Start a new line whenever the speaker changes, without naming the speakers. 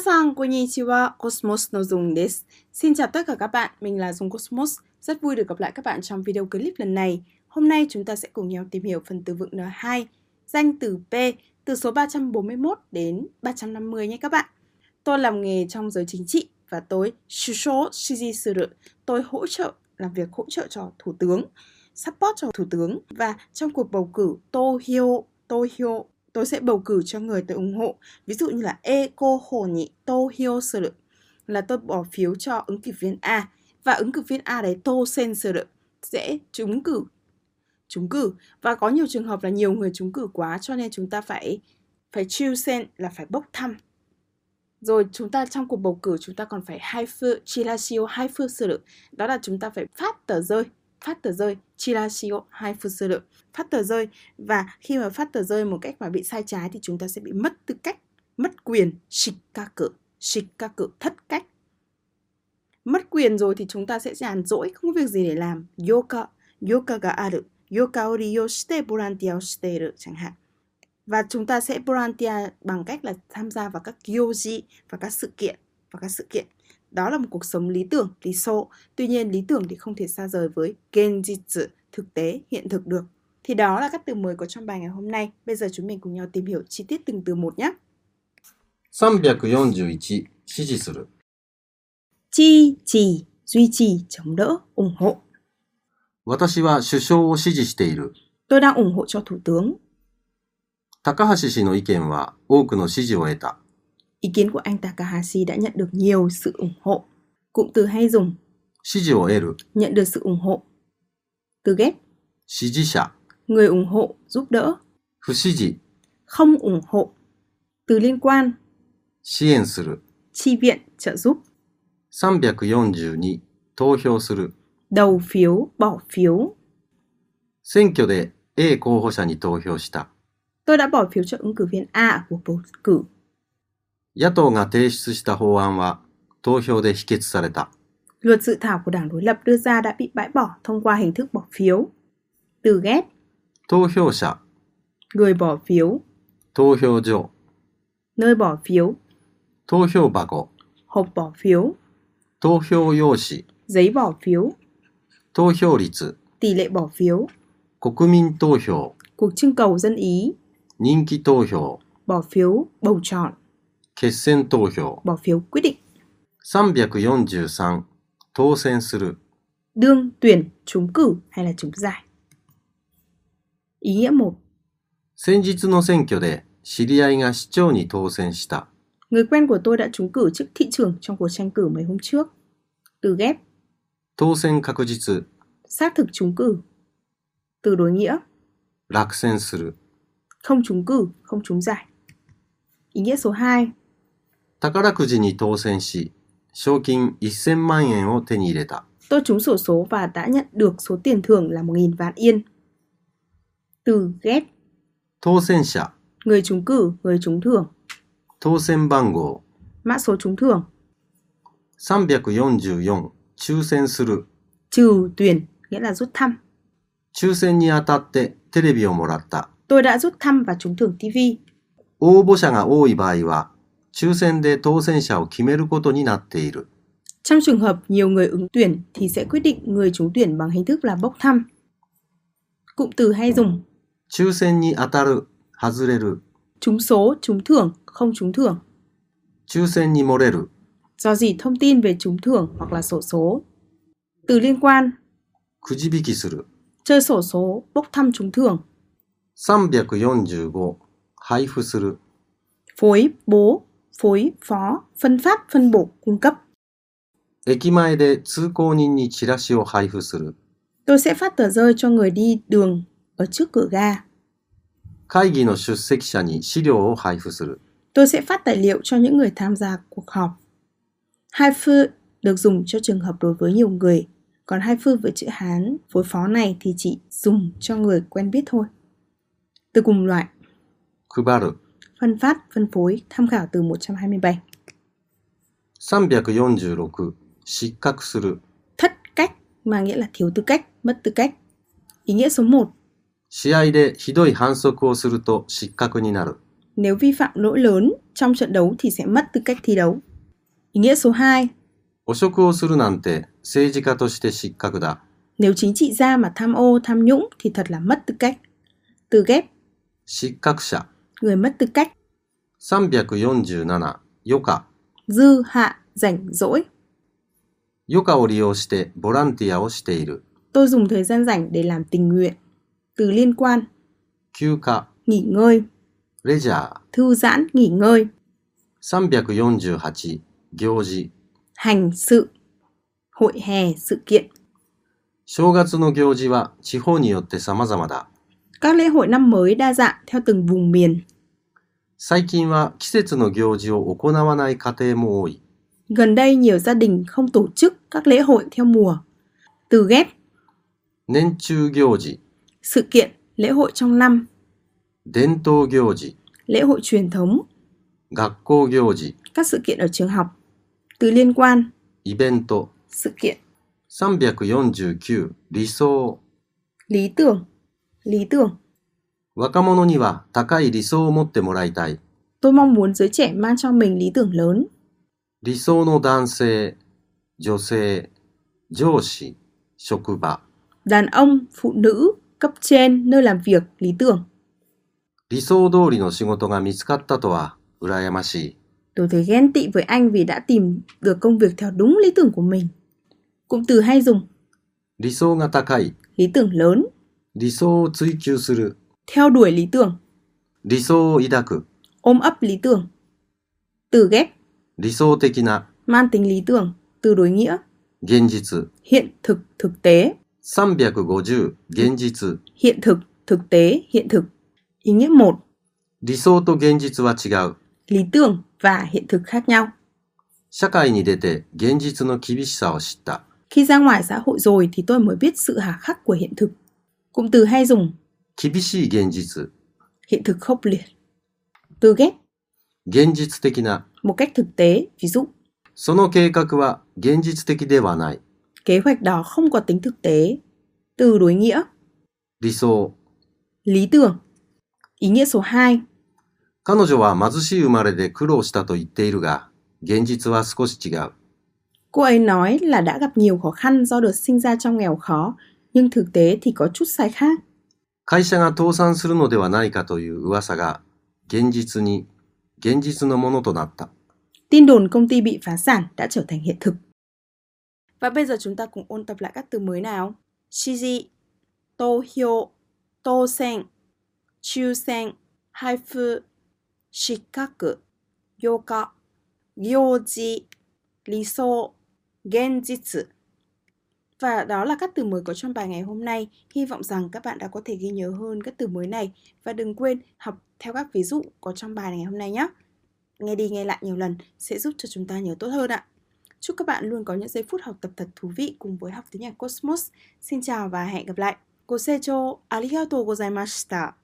さん、こんにちは。Cosmos No Dungです. Xin chào tất cả các bạn, mình là Dung Cosmos. Rất vui được gặp lại các bạn trong video clip lần này. Hôm nay chúng ta sẽ cùng nhau tìm hiểu phần từ vựng N2, danh từ P, từ số 341 đến 350 nhé các bạn. Tôi làm nghề trong giới chính trị và tôi shusho shiji suru. Tôi hỗ trợ, làm việc hỗ trợ cho thủ tướng, support cho thủ tướng. Và trong cuộc bầu cử Tohio, Tohio, tôi sẽ bầu cử cho người tôi ủng hộ. Ví dụ như là Eko Hồ Nhị Tohio Suru là tôi bỏ phiếu cho ứng cử viên A và ứng cử viên A đấy Tô Sen Suru sẽ trúng cử trúng cử và có nhiều trường hợp là nhiều người trúng cử quá cho nên chúng ta phải phải chiêu sen là phải bốc thăm rồi chúng ta trong cuộc bầu cử chúng ta còn phải hai phương chirashio hai phương suru đó là chúng ta phải phát tờ rơi phát tờ rơi chirashio hai phương suru phát tờ rơi và khi mà phát tờ rơi một cách mà bị sai trái thì chúng ta sẽ bị mất tư cách mất quyền shikaku shikaku thất cách mất quyền rồi thì chúng ta sẽ nhàn rỗi không có việc gì để làm yoka yoka ga aru yoka ori yo shite borantia o shite iru chẳng hạn và chúng ta sẽ volunteer bằng cách là tham gia vào các kyoji và các sự kiện và các sự kiện đó là một cuộc sống lý tưởng lý sâu tuy nhiên lý tưởng thì không thể xa rời với genjitsu thực tế hiện thực được thì đó là các từ mới có trong bài ngày hôm nay bây giờ chúng mình cùng nhau tìm hiểu chi tiết từng từ một nhé
341支持する
chi chỉ duy trì chống đỡ ủng hộ
私は首相を支持している
tôi đang ủng hộ cho thủ tướng
高橋氏の意見は多くの支持を得た
ý kiến của anh Takahashi đã nhận được nhiều sự ủng hộ cụm từ hay dùng
支持を得る
nhận được sự ủng hộ từ ghép
支持者
người ủng hộ giúp đỡ
不支持
không ủng hộ từ liên quan
支援する
chi viện trợ giúp
342投票する
đầu phiếu bỏ phiếu
選挙で A 候補者に投票した
tôi đã bỏ phiếu cho ứng cử viên A ở cuộc bầu cử
野党が提出した法案は投票で否決された
luật dự thảo của đảng đối lập đưa ra đã bị bãi bỏ thông qua hình thức bỏ phiếu từ ghép
投票者
người bỏ phiếu
投票所
nơi bỏ phiếu
投票箱
hộp bỏ phiếu
投票用紙
giấy bỏ phiếu
投票率
tỷ lệ bỏ phiếu
国民投票
cuộc trưng cầu dân ý,
人気投票
bỏ phiếu bầu chọn,
決選投票
bỏ phiếu quyết định,
343当選する
đương tuyển, trúng cử hay là trúng giải. Ý nghĩa 1.
先日の選挙で知り合いが市長に当選した
Người quen của tôi đã trúng cử chức thị trưởng trong cuộc tranh cử mấy hôm trước. Từ ghép,
当選確実
xác thực trúng cử. Từ đối nghĩa,
落選する
không trúng cử, không trúng giải. Ý nghĩa số 2.
宝くじに当選し賞金1000万円を手に入れた
Tôi trúng sổ số và đã nhận được số tiền thưởng là 1.000 vạn yên. Từ ghép,
当選者
người trúng cử, người trúng thưởng,
当選番号
mã số trúng thưởng,
344抽選する
trừ tuyển nghĩa là rút thăm.
抽選に当たってテレビをもらった
Tôi đã rút thăm và trúng thưởng TV.
応募者が多い場合は抽選で当選者を決めることになっている
Trong trường hợp nhiều người ứng tuyển thì sẽ quyết định người trúng tuyển bằng hình thức là bốc thăm. Cụm từ hay dùng
抽選に当たる、外れる、
trúng số, trúng thưởng, không trúng thưởng.
抽選に漏れる、
Do gì thông tin về trúng thưởng hoặc là sổ số. Từ liên quan
くじ引きする。
chơi sổ số, bốc thăm trúng thưởng,
345、配布する。
phối bố, phối phó, phân phát, phân bổ, cung cấp.
駅前で通行人にチラシを配布する。
Tôi sẽ phát tờ rơi cho người đi đường ở trước cửa ga.
会議の出席者に資料を配布する。
Tôi sẽ phát tài liệu cho những người tham gia cuộc họp. Hai phư được dùng cho trường hợp đối với nhiều người, còn hai phư với chữ Hán phối phó này thì chỉ dùng cho người quen biết thôi. Từ cùng loại,
配る。
phân phát, phân phối, tham khảo từ 127.
346、失格する。
Thất cách mà nghĩa là thiếu tư cách, mất tư cách. Ý nghĩa số 1,
試合でひどい反則をすると失格になる。
Nếu vi phạm lỗi lớn trong trận đấu thì sẽ mất tư cách thi đấu. Ý nghĩa số 2,
汚職をするなんて政治家として失格だ。
nếu chính trị gia mà tham ô, tham nhũng thì thật là mất tư cách. Từ ghép,
失格者。
người mất tư cách,
347、余暇。
dư, hạ, rảnh, rỗi.
余暇を利用してボランティアをしている。
Tôi dùng thời gian rảnh để làm tình nguyện. Từ liên quan,
休暇、
nghỉ ngơi,
レジャー。
thư giãn, nghỉ ngơi,
348、行事。
hành sự, hội hè, sự kiện.
正月の行事は地方によって様々だ。
Các lễ hội năm mới đa dạng theo từng vùng miền.
最近は季節の行事を行わない家庭も多い。
Gần đây nhiều gia đình không tổ chức các lễ hội theo mùa. Từ ghép,
年中行事、
sự kiện, lễ hội trong năm,
伝統行事、
lễ hội truyền thống,
学校行事、
các sự kiện ở trường học. Từ liên quan,
イベント。
sự kiện,
349、理想。
lý tưởng, lý tưởng.
若者には高い理想を持ってもらいたい。
Tôi mong muốn giới trẻ mang cho mình lý tưởng lớn,
理想の男性、女性、上司、職場。
đàn ông, phụ nữ, cấp trên, nơi làm việc, lý tưởng.
理想通りの仕事が見つかったとは羨ましい。
Tôi thấy ghen tị với anh vì đã tìm được công việc theo đúng lý tưởng của mình. Cụm từ hay dùng,
理想が高い。
lý tưởng lớn,
理想を追求する。
theo đuổi lý tưởng,
理想を抱く。
ôm ấp lý tưởng. Từ ghép,
理想的な。
mang tính lý tưởng, từ đối nghĩa,
現実。
hiện thực, thực tế,
350、現実。
hiện thực, thực tế, hiện thực. Ý nghĩa 1,
理想と現実は違う。
lý tưởng và hiện thực khác nhau.
社会に出て現実の厳しさを知った。
Khi ra ngoài xã hội rồi thì tôi mới biết sự hà khắc của hiện thực. Cụm từ hay dùng,
厳しい現実。
hiện thực khốc liệt. Từ ghép,
現実的な。
một cách thực tế, ví dụ,
その計画は現実的ではない。
kế hoạch đó không có tính thực tế. Từ đối nghĩa,
理想。
lý tưởng. Ý nghĩa số 2,
彼女は貧しい生まれで苦労したと言っているが、現実は少し違う。
cô ấy nói là đã gặp nhiều khó khăn do được sinh ra trong nghèo khó, nhưng thực tế thì có chút sai khác.
会社が倒産するのではないかという噂が、現実に、現実のものとなった。
Tin đồn công ty bị phá sản đã trở thành hiện thực. Và bây giờ chúng ta cùng ôn tập lại các từ mới nào. Shiji, Tohyo, Tosen, Chusen, Haifu, Shikaku, Yoka, Gyoji, Liso, Genjitsu. Và đó là các từ mới có trong bài ngày hôm nay. Hy vọng rằng các bạn đã có thể ghi nhớ hơn các từ mới này và đừng quên học theo các ví dụ có trong bài ngày hôm nay nhé nghe đi nghe lại nhiều lần sẽ giúp cho chúng ta nhớ tốt hơn ạ. Chúc các bạn luôn có những giây phút học tập thật thú vị cùng với học tiếng Nhật Cosmos. Xin chào và hẹn gặp lại. Cô Secho, arigatou gozaimashita.